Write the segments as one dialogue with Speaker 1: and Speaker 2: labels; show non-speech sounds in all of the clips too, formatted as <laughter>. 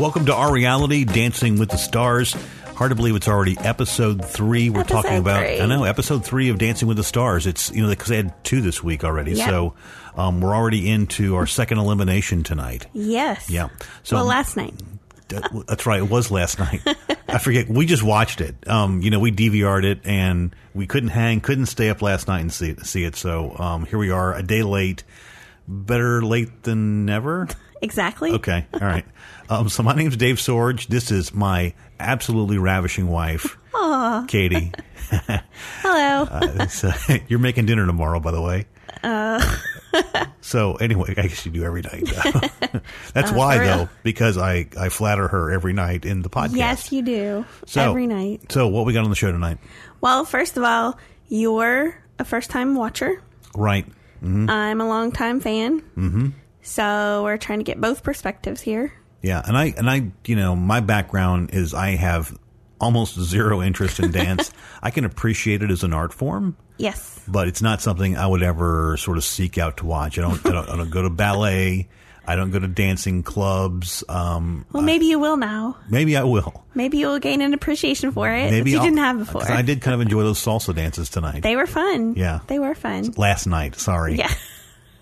Speaker 1: Welcome to Our Reality, Dancing with the Stars. Hard to believe it's already episode three. We're
Speaker 2: Episode
Speaker 1: talking about
Speaker 2: three.
Speaker 1: I know episode three of Dancing with the Stars. It's you know because they had two this week already,
Speaker 2: Yeah.
Speaker 1: so um, we're already into our second elimination tonight.
Speaker 2: Yes.
Speaker 1: Yeah. So-
Speaker 2: So well, last night.
Speaker 1: That- That's right. It was last
Speaker 2: <laughs>
Speaker 1: night. I forget. We just watched it. Um, you know, we DVR'd it and we couldn't hang, couldn't stay up last night and see it. See it. So um, here we are, a day late. Better late than never.
Speaker 2: Exactly.
Speaker 1: Okay. All right. Um, so my name's Dave Sorge. This is my absolutely ravishing wife, Katie.
Speaker 2: Hello.
Speaker 1: Uh, <laughs> so- you're making dinner tomorrow, by the way.
Speaker 2: Uh.
Speaker 1: so anyway, I guess you do every
Speaker 2: <laughs>
Speaker 1: night. though. That's why
Speaker 2: Uh, for real.
Speaker 1: though, because I I flatter her every night in the podcast.
Speaker 2: yes, you do.
Speaker 1: So-
Speaker 2: Every night.
Speaker 1: So what we got on the show tonight?
Speaker 2: Well, first of all, you're a first time watcher.
Speaker 1: Right. Mm-hmm.
Speaker 2: I'm a long time fan. Mm-hmm. So we're trying to get both perspectives here.
Speaker 1: Yeah, and I and I you know my background is I have almost zero interest in
Speaker 2: <laughs>
Speaker 1: dance. I can appreciate it as an art form.
Speaker 2: Yes.
Speaker 1: but it's not something I would ever sort of seek out to watch. I don't. I don't, I don't go to ballet. I don't go to dancing clubs. Um,
Speaker 2: Well, maybe you will now.
Speaker 1: maybe I will.
Speaker 2: Maybe you'll gain an appreciation for it
Speaker 1: Maybe
Speaker 2: that Eh, you
Speaker 1: I'll- Uh,
Speaker 2: didn't have
Speaker 1: 'cause
Speaker 2: before.
Speaker 1: I did kind of enjoy those salsa dances tonight.
Speaker 2: They were fun.
Speaker 1: Yeah.
Speaker 2: They were fun.
Speaker 1: Last night. Sorry.
Speaker 2: Yeah.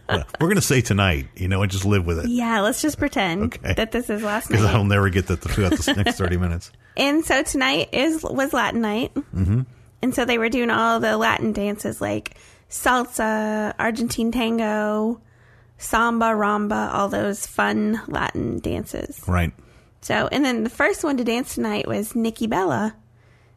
Speaker 1: Well, <laughs> We're gonna say tonight. You know, and just live with it
Speaker 2: Yeah, let's just pretend
Speaker 1: Okay.
Speaker 2: that this
Speaker 1: <laughs>
Speaker 2: is last
Speaker 1: because
Speaker 2: night.
Speaker 1: I'll never get that throughout the next thirty minutes.
Speaker 2: And so tonight is was Latin night, mm-hmm. and so they were doing all the Latin dances like salsa, Argentine tango, samba, rumba, all those fun Latin dances.
Speaker 1: Right.
Speaker 2: So, and then the first one to dance tonight was Nikki Bella,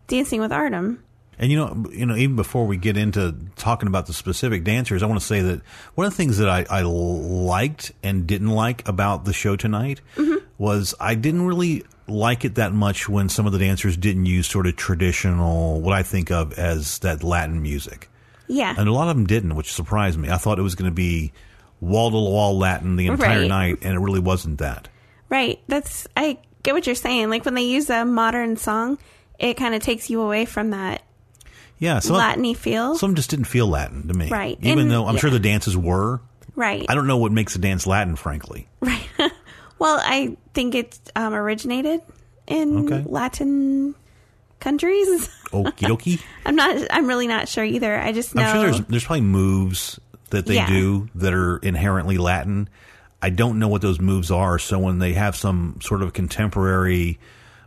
Speaker 2: dancing with Artem.
Speaker 1: And you know, you know, even before we get into talking about the specific dancers, I want to say that one of the things that I, I liked and didn't like about the show tonight
Speaker 2: Mm-hmm.
Speaker 1: was I didn't really like it that much when some of the dancers didn't use sort of traditional, what I think of as that Latin music,
Speaker 2: Yeah,
Speaker 1: and a lot of them didn't, which surprised me. I thought it was going to be wall to wall Latin the entire
Speaker 2: Right.
Speaker 1: night, and it really wasn't that.
Speaker 2: right. That's I get what you're saying. Like when they use a modern song, it kind of takes you away from that
Speaker 1: Yeah, some
Speaker 2: Latin-y feel.
Speaker 1: some just didn't feel Latin to me,
Speaker 2: Right.
Speaker 1: Even
Speaker 2: And-
Speaker 1: though I'm sure
Speaker 2: yeah.
Speaker 1: the dances were.
Speaker 2: right.
Speaker 1: I don't know what makes a dance Latin, frankly.
Speaker 2: <laughs> Well, I think it um, originated in
Speaker 1: Okay.
Speaker 2: Latin countries. <laughs>
Speaker 1: Okie dokie.
Speaker 2: I'm not. I'm really not sure either. I just know.
Speaker 1: I'm sure there's there's probably moves that they
Speaker 2: Yeah.
Speaker 1: do that are inherently Latin. I don't know what those moves are, so when they have some sort of contemporary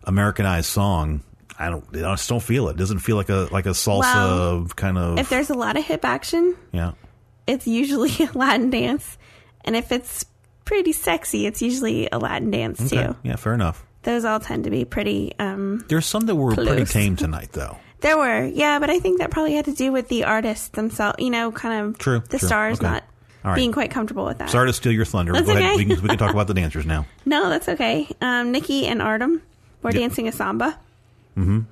Speaker 1: Americanized song, I don't I just don't feel it. it doesn't feel like a like a salsa
Speaker 2: Well,
Speaker 1: kind of
Speaker 2: if there's a lot of hip action,
Speaker 1: yeah.
Speaker 2: it's usually <laughs> a Latin dance, and if it's pretty sexy, it's usually a Latin dance
Speaker 1: Okay.
Speaker 2: too.
Speaker 1: Yeah, fair enough.
Speaker 2: Those all tend to be pretty. Um,
Speaker 1: There's some that were pretty
Speaker 2: Close.
Speaker 1: tame tonight though.
Speaker 2: there were, yeah, but I think that probably had to do with the artists themselves. You know, kind of
Speaker 1: True,
Speaker 2: The
Speaker 1: true.
Speaker 2: stars
Speaker 1: Okay.
Speaker 2: not
Speaker 1: All right.
Speaker 2: being quite comfortable with that.
Speaker 1: Sorry to steal your thunder.
Speaker 2: That's
Speaker 1: Go ahead.
Speaker 2: okay.
Speaker 1: We can, we can talk about the dancers now.
Speaker 2: No, that's okay. Um, Nikki and Artem were dancing a samba. Mm-hmm.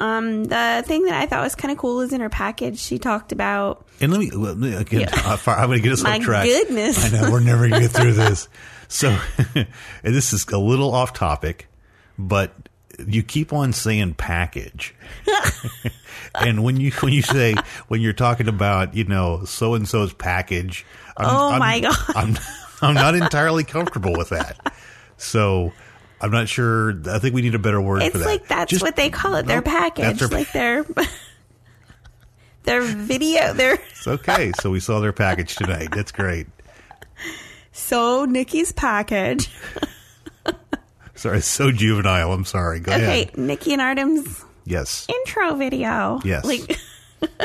Speaker 2: Um, the thing that I thought was kind of cool is in her package, she talked about
Speaker 1: And let me, let me again, I'm going to get us
Speaker 2: my
Speaker 1: off track.
Speaker 2: goodness.
Speaker 1: I know we're never going to get
Speaker 2: <laughs>
Speaker 1: through this. So, <laughs> and this is a little off topic, but you keep on saying
Speaker 2: <laughs>
Speaker 1: package, and when you when you say when you're talking about you know so and so's package, I'm,
Speaker 2: Oh,
Speaker 1: I'm-
Speaker 2: my God.
Speaker 1: I'm I'm not entirely comfortable with that. So. I'm not sure. I think we need a better word
Speaker 2: It's
Speaker 1: for that.
Speaker 2: like that's
Speaker 1: Just-
Speaker 2: what they call it, their
Speaker 1: Nope, that's
Speaker 2: package,
Speaker 1: their- <laughs>
Speaker 2: like their <laughs> their video. Their <laughs>
Speaker 1: It's okay. So we saw their package tonight. That's great.
Speaker 2: so Nikki's package.
Speaker 1: Sorry, it's so juvenile. I'm sorry. Go
Speaker 2: Okay,
Speaker 1: ahead.
Speaker 2: Nikki and Artem's
Speaker 1: Yes.
Speaker 2: intro video.
Speaker 1: Yes.
Speaker 2: like
Speaker 1: <laughs>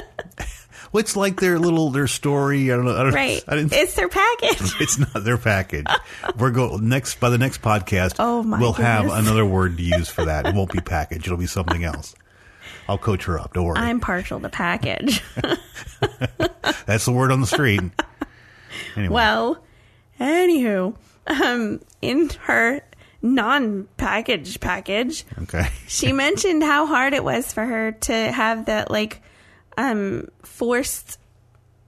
Speaker 1: Well, it's like their little their story. I don't know. I don't,
Speaker 2: right,
Speaker 1: I didn't. <laughs>
Speaker 2: it's their package. <laughs>
Speaker 1: it's not their package. We're going next by the next podcast.
Speaker 2: Oh, my
Speaker 1: We'll have
Speaker 2: goodness. <laughs>
Speaker 1: another word to use for that. It won't be package. It'll be something else. I'll coach her up. Don't worry.
Speaker 2: I'm partial to package.
Speaker 1: That's the word on the
Speaker 2: <laughs>
Speaker 1: street. Anyway.
Speaker 2: Well, anywho, um, in her non-package package,
Speaker 1: okay. <laughs>
Speaker 2: she mentioned how hard it was for her to have that like um forced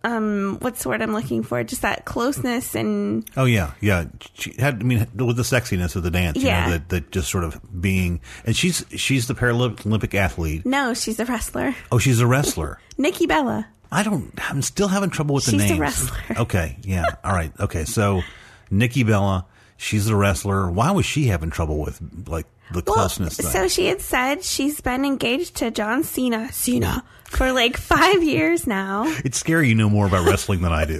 Speaker 2: um what's the word I'm looking for? Just that closeness and
Speaker 1: Oh yeah, yeah. She had. I mean, with the sexiness of the dance,
Speaker 2: Yeah.
Speaker 1: you know, that that just sort of being. And she's she's the Paralympic athlete.
Speaker 2: no, she's a wrestler.
Speaker 1: Oh, she's a wrestler.
Speaker 2: Nikki Bella.
Speaker 1: I don't. I'm still having trouble with the
Speaker 2: <laughs> She's a
Speaker 1: names.
Speaker 2: wrestler.
Speaker 1: Okay. Yeah. All right. Okay. So, Nikki Bella. She's the wrestler. Why was she having trouble with like the closeness thing?
Speaker 2: So she had said she's been engaged to John Cena, Cena, for like five years now.
Speaker 1: <laughs> it's scary. You know more about wrestling than
Speaker 2: <laughs>
Speaker 1: I do.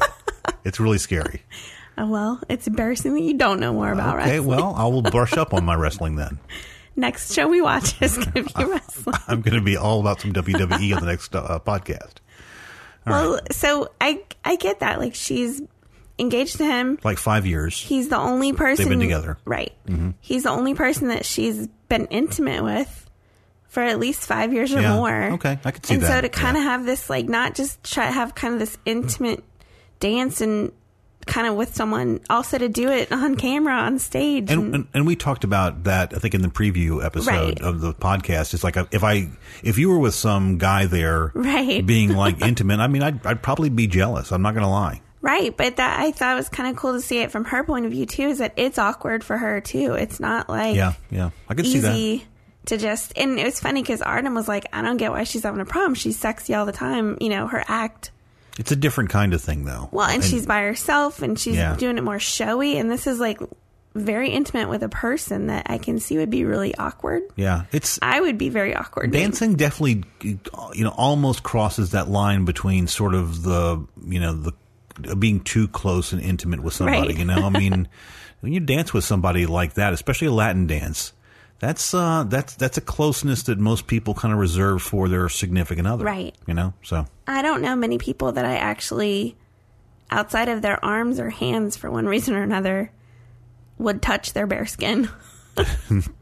Speaker 1: It's really scary.
Speaker 2: Uh, well, it's embarrassing that you don't know more about
Speaker 1: Okay,
Speaker 2: wrestling.
Speaker 1: well, I will brush up on my wrestling then. <laughs>
Speaker 2: Next show we watch is going to be wrestling.
Speaker 1: I'm going to be all about some WWE on the next uh, podcast.
Speaker 2: well, so I I get that. Like she's engaged to him.
Speaker 1: Like five years.
Speaker 2: He's the only person
Speaker 1: together. Mm-hmm.
Speaker 2: right? He's the only person that she's been intimate with for at least five years or
Speaker 1: Yeah.
Speaker 2: more.
Speaker 1: Okay, I could see
Speaker 2: and
Speaker 1: that.
Speaker 2: so to kind of have this, like, not just try have kind of this intimate dance and kind of with someone, also to do it on camera on stage.
Speaker 1: And, and and we talked about that I think in the preview episode
Speaker 2: Mm-hmm. Right.
Speaker 1: of the podcast. It's like uh, if I if you were with some guy there,
Speaker 2: Right.
Speaker 1: being
Speaker 2: <laughs>
Speaker 1: like intimate. I mean, I'd I'd probably be jealous. I'm not going to lie.
Speaker 2: Right, but that I thought was kind of cool to see it from her point of view too. Is that it's awkward for her too? It's not like
Speaker 1: Yeah, yeah, I could see that.
Speaker 2: easy to just. And it was funny because Artem was like, "I don't get why she's having a problem. She's sexy all the time. You know, her act.
Speaker 1: It's a different kind of thing, though.
Speaker 2: Well, and, she's by herself, and she's
Speaker 1: Yeah.
Speaker 2: doing it more showy. And this is like very intimate with a person that I can see would be really awkward.
Speaker 1: yeah, it's
Speaker 2: I would be very awkward.
Speaker 1: dancing definitely you know almost crosses that line between sort of the you know the being too close and intimate with somebody
Speaker 2: Right.
Speaker 1: you know i
Speaker 2: <laughs>
Speaker 1: mean when you dance with somebody like that especially a latin dance that's uh that's that's a closeness that most people kind of reserve for their significant other
Speaker 2: Right.
Speaker 1: you know so
Speaker 2: I don't know many people that I actually, outside of their arms or hands, for one reason or another, would touch their bare skin. <laughs>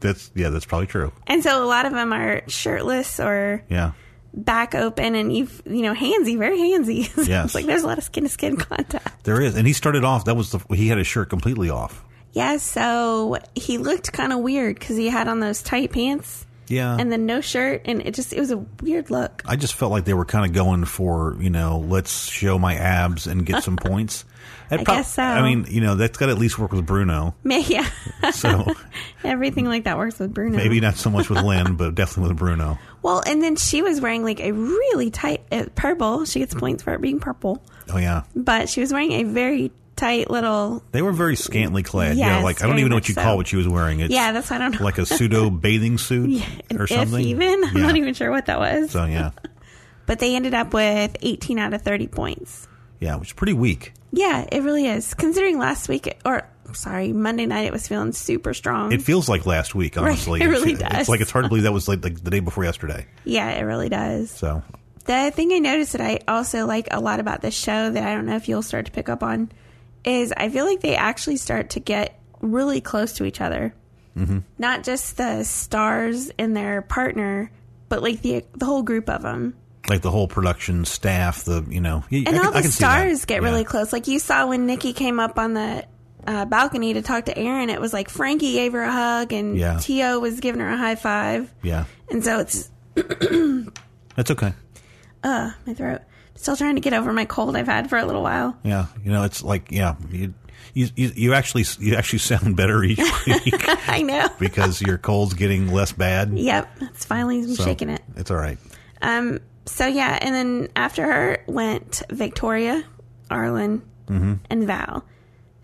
Speaker 1: that's yeah that's probably true
Speaker 2: And so a lot of them are shirtless or
Speaker 1: yeah
Speaker 2: back open and you've, you know, handsy, very handsy. <laughs> So
Speaker 1: Yes.
Speaker 2: It's like there's a lot of skin to skin <laughs> contact.
Speaker 1: there is and he started off that was the he had his shirt completely off
Speaker 2: Yeah. So he looked kind of weird because he had on those tight pants
Speaker 1: yeah
Speaker 2: and then no shirt. And it just, it was a weird look. <laughs>
Speaker 1: I just felt like they were kind of going for, you know, let's show my abs and get
Speaker 2: <laughs>
Speaker 1: some points. That
Speaker 2: I guess so.
Speaker 1: I mean, you know, that's got to at least work with Bruno.
Speaker 2: May- Yeah. <laughs>
Speaker 1: So
Speaker 2: Everything like that works with Bruno.
Speaker 1: maybe not so much with Lynn, but definitely with Bruno.
Speaker 2: Well, and then she was wearing like a really tight uh, purple. She gets points for it being purple,
Speaker 1: Oh, yeah.
Speaker 2: but she was wearing a very tight little.
Speaker 1: They were very scantily clad. yeah,
Speaker 2: Yes,
Speaker 1: like, I don't
Speaker 2: very
Speaker 1: even know
Speaker 2: much
Speaker 1: what you
Speaker 2: so.
Speaker 1: call what she was wearing. It's
Speaker 2: Yeah, that's I don't <laughs> know.
Speaker 1: like a pseudo bathing
Speaker 2: <laughs>
Speaker 1: suit or
Speaker 2: if
Speaker 1: something.
Speaker 2: even I'm
Speaker 1: Yeah.
Speaker 2: not even sure what that was.
Speaker 1: So,
Speaker 2: <laughs>
Speaker 1: yeah.
Speaker 2: But they ended up with 18 out of 30 points.
Speaker 1: Yeah, which is pretty weak.
Speaker 2: Yeah, it really is. Considering last week, or sorry, Monday night, it was feeling super strong.
Speaker 1: It feels like last week, honestly.
Speaker 2: it really
Speaker 1: it's, It's
Speaker 2: does.
Speaker 1: like it's hard to believe that was like, like the day before yesterday.
Speaker 2: yeah, it really does.
Speaker 1: So,
Speaker 2: The thing I noticed that I also like a lot about this show that I don't know if you'll start to pick up on is I feel like they actually start to get really close to each other. Mm-hmm. Not just the stars and their partner, but like the the whole group of them.
Speaker 1: like the whole production staff, the, you know, yeah,
Speaker 2: And
Speaker 1: I can-
Speaker 2: all
Speaker 1: I
Speaker 2: the
Speaker 1: can see that.
Speaker 2: stars get
Speaker 1: Yeah.
Speaker 2: really close. Like you saw when Nikki came up on the uh, balcony to talk to Aaron, it was like Frankie gave her a hug and
Speaker 1: Yeah.
Speaker 2: Tio was giving her a high five.
Speaker 1: Yeah.
Speaker 2: And so it's oh,
Speaker 1: That's okay.
Speaker 2: my throat. Still trying to get over my cold I've had for a little while. <laughs>
Speaker 1: Yeah, you know, it's like yeah, you you you you actually you actually <laughs> sound better each
Speaker 2: <laughs>
Speaker 1: week
Speaker 2: I know.
Speaker 1: because your cold's getting less bad.
Speaker 2: Yep, it's finally I'm
Speaker 1: So,
Speaker 2: shaking it.
Speaker 1: It's all right.
Speaker 2: Um. So yeah, and then after her went Victoria, Arlen,
Speaker 1: Mm-hmm.
Speaker 2: and Val.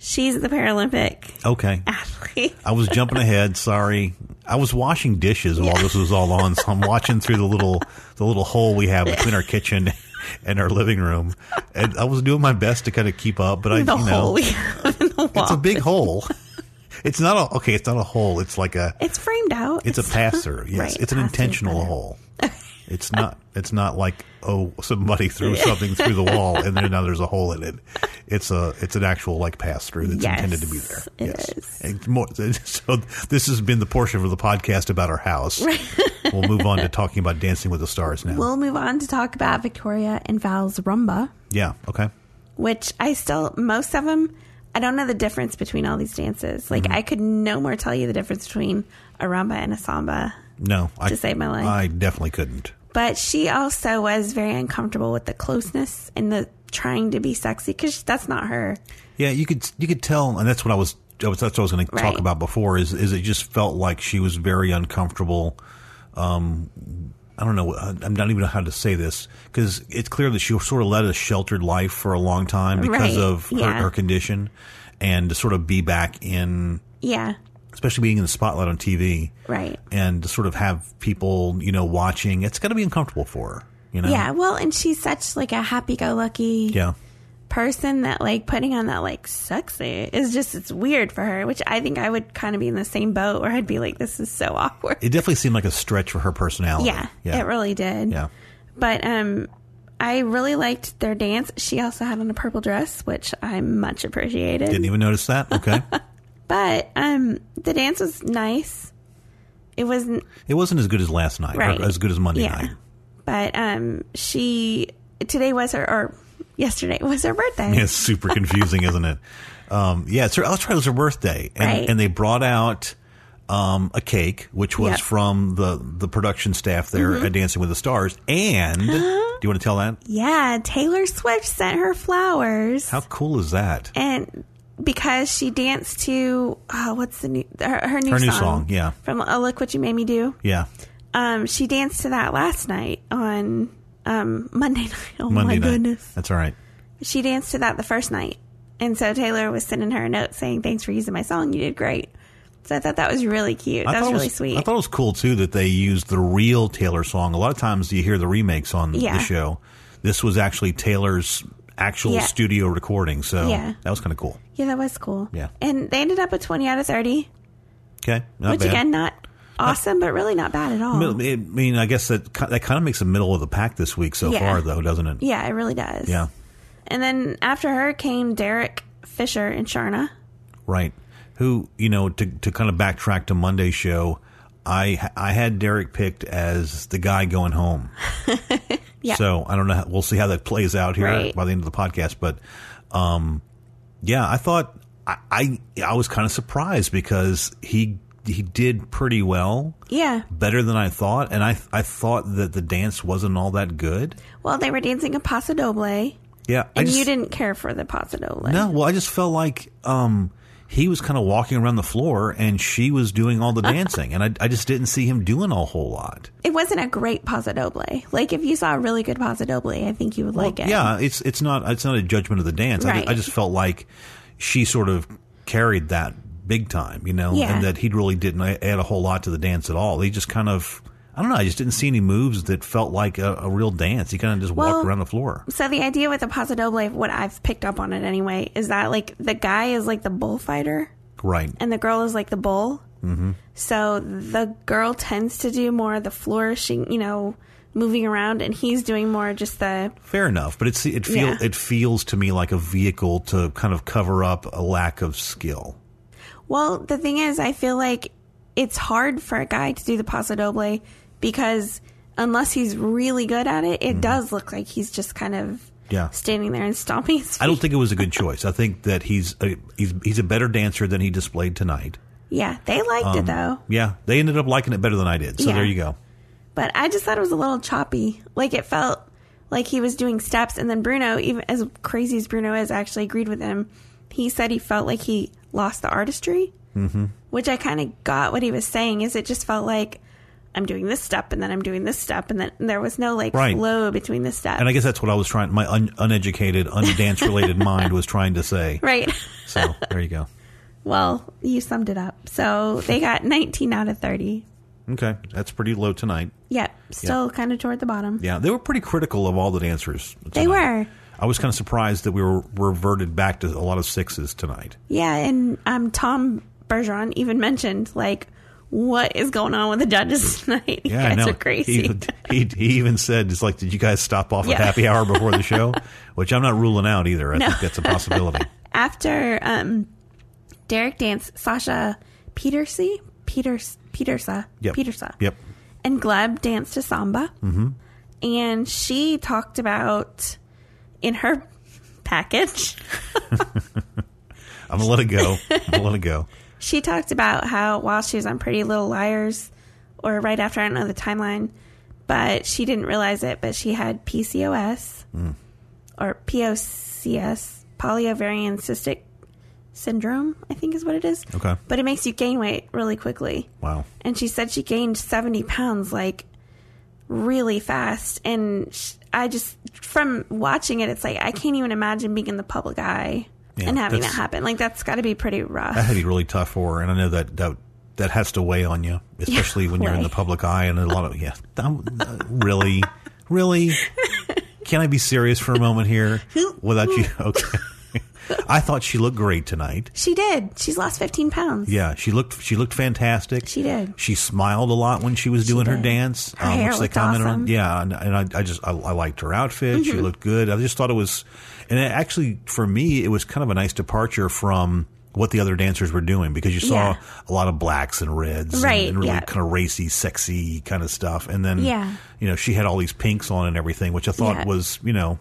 Speaker 2: She's the Paralympic <laughs>
Speaker 1: Okay.
Speaker 2: Ah. athlete.
Speaker 1: I was jumping ahead. Sorry. I was washing dishes while this was all on, so I'm watching through the little the little hole we have between our kitchen <laughs> and our living room, and I was doing my best to kind of keep up, but I
Speaker 2: The
Speaker 1: you know
Speaker 2: hole we have in the wall.
Speaker 1: it's a big hole. It's not a okay. It's not a hole. It's like a
Speaker 2: It's framed out.
Speaker 1: It's a pass
Speaker 2: <laughs>
Speaker 1: through. Yes,
Speaker 2: Right,
Speaker 1: it's an
Speaker 2: pass-through
Speaker 1: intentional
Speaker 2: better. <laughs>
Speaker 1: hole. It's not. It's not like oh, somebody threw something through the wall and then now there's a hole in it. It's a. It's an actual like pass through that's
Speaker 2: Yes,
Speaker 1: intended to be there.
Speaker 2: it
Speaker 1: yes.
Speaker 2: is.
Speaker 1: And more, <laughs> so this has been the portion of the podcast about our house. <laughs> we'll move on to talking about Dancing with the Stars now.
Speaker 2: We'll move on to talk about Victoria and Val's rumba,
Speaker 1: yeah. Okay.
Speaker 2: which I still most of them. I don't know the difference between all these dances. Like I could no more tell you the difference between a rumba and a samba.
Speaker 1: No. I,
Speaker 2: To save my life.
Speaker 1: I definitely couldn't.
Speaker 2: But she also was very uncomfortable with the closeness and the trying to be sexy because that's not her.
Speaker 1: Yeah, you could you could tell, and that's what I was. I was that's what I was going to talk
Speaker 2: Right.
Speaker 1: about before. Is is it just felt like she was very uncomfortable. Um, I don't know. I, I'm not even know how to say this because it's clear that she sort of led a sheltered life for a long time because
Speaker 2: Right,
Speaker 1: of her,
Speaker 2: yeah.
Speaker 1: her condition, and to sort of be back in,
Speaker 2: Yeah.
Speaker 1: especially being in the spotlight on TV,
Speaker 2: Right.
Speaker 1: and to sort of have people you know watching. It's got to be uncomfortable for her, you know.
Speaker 2: Yeah. Well, and she's such like a happy-go-lucky
Speaker 1: Yeah.
Speaker 2: person that like putting on that like sexy is just it's weird for her. Which I think I would kind of be in the same boat where I'd be like, this is so <laughs> awkward.
Speaker 1: It definitely seemed like a stretch for her personality.
Speaker 2: yeah,
Speaker 1: Yeah.
Speaker 2: It really did.
Speaker 1: yeah.
Speaker 2: But um, I really liked their dance. She also had on a purple dress, which I much appreciated.
Speaker 1: Didn't even notice that. Okay.
Speaker 2: But um, the dance was nice. It wasn't
Speaker 1: it wasn't as good as last night,
Speaker 2: Right.
Speaker 1: or as good as Monday
Speaker 2: Yeah.
Speaker 1: night. <laughs>
Speaker 2: But um, she today was her or yesterday was her birthday.
Speaker 1: It's super confusing, isn't it? Um, yeah, it's her, that's right. It was her birthday, and,
Speaker 2: Right.
Speaker 1: and they brought out um, a cake, which was
Speaker 2: Yep. Mm-hmm.
Speaker 1: from the the production staff there at Dancing with the Stars. And do you want to tell that?
Speaker 2: Yeah, Taylor Swift sent her flowers,
Speaker 1: How cool is that?
Speaker 2: and because she danced to oh, what's the new her, her new
Speaker 1: Her
Speaker 2: song,
Speaker 1: new song, yeah.
Speaker 2: from oh, Look What You Made Me Do.
Speaker 1: Yeah,
Speaker 2: Um, she danced to that last night on um <laughs> Monday night. Oh
Speaker 1: Monday
Speaker 2: my
Speaker 1: night.
Speaker 2: goodness,
Speaker 1: That's all right.
Speaker 2: she danced to that the first night, and so Taylor was sending her a note saying, "Thanks for using my song. You did great." So I thought that was really cute. that was
Speaker 1: thought it
Speaker 2: really sweet.
Speaker 1: I thought it was cool too that they used the real Taylor song. A lot of times you hear the remakes on
Speaker 2: Yeah.
Speaker 1: the show. This was actually Taylor's actual
Speaker 2: Yeah.
Speaker 1: studio recording, so
Speaker 2: Yeah.
Speaker 1: that was kind of cool.
Speaker 2: Yeah, that was cool.
Speaker 1: Yeah.
Speaker 2: And they ended up with 20 out of 30,
Speaker 1: Okay, not
Speaker 2: which
Speaker 1: bad.
Speaker 2: again, not awesome, but really not bad at all.
Speaker 1: Middle, I mean, I guess that ki- that kind of makes a middle of the pack this week so
Speaker 2: Yeah.
Speaker 1: far, though, doesn't it?
Speaker 2: Yeah, it really does.
Speaker 1: Yeah,
Speaker 2: And then after her came Derek Fisher and Sharna.
Speaker 1: right. Who you know to to kind of backtrack to Monday's show, I I had Derek picked as the guy going home.
Speaker 2: <laughs> Yeah.
Speaker 1: So I don't know. How, we'll see how that plays out here
Speaker 2: Right.
Speaker 1: by the end of the podcast, but um, yeah, I thought I I, I was kind of surprised because he he did pretty well.
Speaker 2: Yeah.
Speaker 1: Better than I thought, and I I thought that the dance wasn't all that good.
Speaker 2: Well, they were dancing a Paso Doble, and
Speaker 1: Yeah, I just,
Speaker 2: you didn't care for the Paso Doble.
Speaker 1: No, well, I just felt like um, he was kind of walking around the floor and she was doing
Speaker 2: <laughs>
Speaker 1: all the dancing, and I, I just didn't see him doing a whole lot.
Speaker 2: It wasn't a great Paso Doble. Like, if you saw a really good Paso Doble, I think you would like it.
Speaker 1: Yeah, it's it's not it's not a judgment of the dance. I,
Speaker 2: Right.
Speaker 1: just, I just felt like she sort of carried that big time, you know,
Speaker 2: Yeah.
Speaker 1: and that he really didn't a- add a whole lot to the dance at all. He just kind of. I don't know. I just didn't see any moves that felt like a, a real dance. He kind of just
Speaker 2: Well-
Speaker 1: walked around the floor.
Speaker 2: So the idea with the Paso Doble, what I've picked up on it anyway, is that, like, the guy is like the bullfighter.
Speaker 1: Right.
Speaker 2: and the girl is like the bull. Mm-hmm. So the girl tends to do more of the flourishing, you know, moving around, and he's doing more just the
Speaker 1: Fair enough, but it's it feel
Speaker 2: Yeah.
Speaker 1: it feels to me like a vehicle to kind of cover up a lack of skill.
Speaker 2: Well, the thing is, I feel like it's hard for a guy to do the Paso Doble because unless he's really good at it, it does look like he's just kind of
Speaker 1: Mm-hmm. Yeah.
Speaker 2: standing there and stomping his feet.
Speaker 1: I don't think it was a good choice. I think that he's a, he's he's a better dancer than he displayed tonight.
Speaker 2: yeah, they liked
Speaker 1: Um,
Speaker 2: it though,
Speaker 1: Yeah, they ended up liking it better than I did. So
Speaker 2: Oh. Yeah.
Speaker 1: there you go.
Speaker 2: but I just thought it was a little choppy. Like it felt like he was doing steps, and then Bruno, even as crazy as Bruno is, actually agreed with him. He said he felt like he lost the artistry, mm-hmm. which I kind of got what he was saying. Is it just felt like I'm doing this step and then I'm doing this step, and then and there was no like
Speaker 1: Right.
Speaker 2: flow between the steps,
Speaker 1: And I guess that's what I was trying. My un, uneducated, undance
Speaker 2: <laughs>
Speaker 1: related mind was trying to say.
Speaker 2: right? <laughs>
Speaker 1: So there you go.
Speaker 2: well, you summed it up. So they got 19 out of 30.
Speaker 1: Okay, that's pretty low tonight.
Speaker 2: Yep, still kind of toward the bottom.
Speaker 1: Yeah, they were pretty critical of all the dancers.
Speaker 2: They
Speaker 1: tonight.
Speaker 2: were.
Speaker 1: I was kind of surprised that we were reverted back to a lot of sixes tonight.
Speaker 2: Yeah, and um, Tom Bergeron even mentioned like, what is going on with the judges <laughs> tonight? You
Speaker 1: Yeah, I
Speaker 2: guys
Speaker 1: know.
Speaker 2: are crazy.
Speaker 1: He, he, he even said, "It's like, did you guys stop off at
Speaker 2: Yeah.
Speaker 1: happy hour before the
Speaker 2: <laughs>
Speaker 1: show?" Which I'm not ruling out either. I think that's a possibility.
Speaker 2: After um, Derek dance, Sasha Petersey, Peters Petersa,
Speaker 1: Yep.
Speaker 2: Petersa,
Speaker 1: Yep.
Speaker 2: and Gleb danced to samba, mm-hmm. and she talked about in her <laughs> package.
Speaker 1: I'm gonna let it go. I'm gonna let it go.
Speaker 2: She talked about how while she was on Pretty Little Liars, or right after, I don't know the timeline, but she didn't realize it, but she had PCOS
Speaker 1: Mm.
Speaker 2: or POCS, polyovarian cystic syndrome, I think is what it is.
Speaker 1: Okay.
Speaker 2: But it makes you gain weight really quickly.
Speaker 1: Wow.
Speaker 2: And she said she gained 70 pounds like really fast. And sh I just, from watching it, it's like I can't even imagine being in the public eye
Speaker 1: Yeah,
Speaker 2: and having that
Speaker 1: that's-
Speaker 2: happen. Like that's got to be pretty rough.
Speaker 1: That had to be really tough for her, and I know that that that has to weigh on you, especially when you're in
Speaker 2: weigh.
Speaker 1: the public eye and a lot of yeah. I'm- uh, really, really, can I be serious for a moment here without you? <laughs> Okay, I thought she looked great tonight.
Speaker 2: she did. She's lost 15 pounds.
Speaker 1: Yeah, she looked she looked fantastic.
Speaker 2: She did.
Speaker 1: She smiled a lot when she was doing her
Speaker 2: did.
Speaker 1: dance, um,
Speaker 2: Her hair looked awesome. Mm-hmm.
Speaker 1: Yeah, and, and I, I just I, I liked her outfit. She looked good. I just thought it was, and it actually for me it was kind of a nice departure from what the other dancers were doing because you saw
Speaker 2: Yeah.
Speaker 1: a lot of blacks and reds and-
Speaker 2: Right,
Speaker 1: and, really
Speaker 2: yeah.
Speaker 1: kind of racy, sexy kind of stuff. And then
Speaker 2: Yeah.
Speaker 1: you know she had all these pinks on and everything, which I thought
Speaker 2: Yeah.
Speaker 1: was you know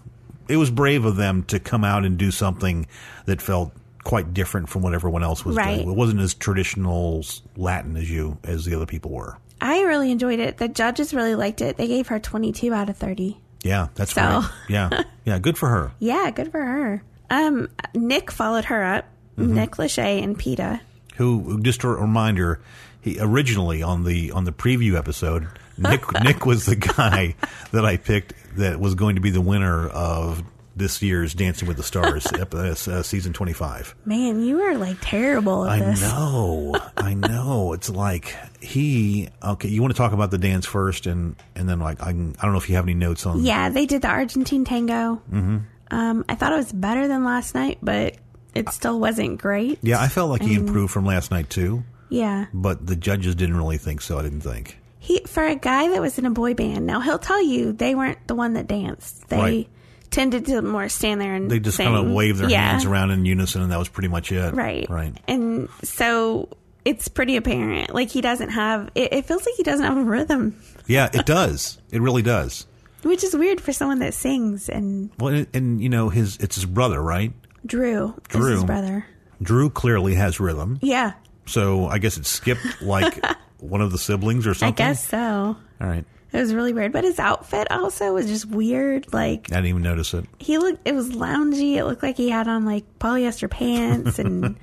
Speaker 1: it was brave of them to come out and do something that felt quite different from what everyone else was
Speaker 2: Right.
Speaker 1: doing. It wasn't as traditional s- Latin as you as the other people were.
Speaker 2: I really enjoyed it. The judges really liked it. They gave her 22 out of 30.
Speaker 1: Yeah, that's
Speaker 2: So-
Speaker 1: right. <laughs> Yeah, yeah, good for her.
Speaker 2: Yeah, good for her. Um, Nick followed her up.
Speaker 1: Mm-hmm.
Speaker 2: Nick Lachey and PETA.
Speaker 1: Who just a reminder, he originally on the on the preview episode, <laughs> Nick Nick was the guy that I picked that was going to be the winner of this year's Dancing with the <laughs> Stars ep- uh, season twenty five.
Speaker 2: Man, you were like terrible at
Speaker 1: I
Speaker 2: this.
Speaker 1: know. I know. It's like he. Okay, you want to talk about the dance first, and and then like I, can, I don't know if you have any notes on.
Speaker 2: Yeah, they did the Argentine tango. Mm-hmm. Um, I thought it was better than last night, but it still wasn't great.
Speaker 1: Yeah, I felt like he improved from last night too,
Speaker 2: Yeah.
Speaker 1: but the judges didn't really think so. I didn't think.
Speaker 2: He for a guy that was in a boy band. Now he'll tell you they weren't the one that danced. They
Speaker 1: Right.
Speaker 2: tended to more stand there and
Speaker 1: They just
Speaker 2: sing.
Speaker 1: kind of waved their
Speaker 2: Yeah.
Speaker 1: hands around in unison, and that was pretty much it.
Speaker 2: Right.
Speaker 1: Right.
Speaker 2: And so it's pretty apparent. Like he doesn't have it, it feels like he doesn't have a rhythm,
Speaker 1: Yeah, it does. It really does.
Speaker 2: which is weird for someone that sings and
Speaker 1: Well, and, and you know his it's his brother, right?
Speaker 2: Drew, is
Speaker 1: Drew.
Speaker 2: his brother.
Speaker 1: Drew clearly has rhythm,
Speaker 2: Yeah.
Speaker 1: so I guess it skipped
Speaker 2: <laughs>
Speaker 1: like one of the siblings or
Speaker 2: I
Speaker 1: something.
Speaker 2: guess so.
Speaker 1: All right.
Speaker 2: It was really weird, but his outfit also was just weird. Like
Speaker 1: I didn't even notice it.
Speaker 2: he looked, it was loungy. It looked like he had on like polyester pants
Speaker 1: <laughs>
Speaker 2: and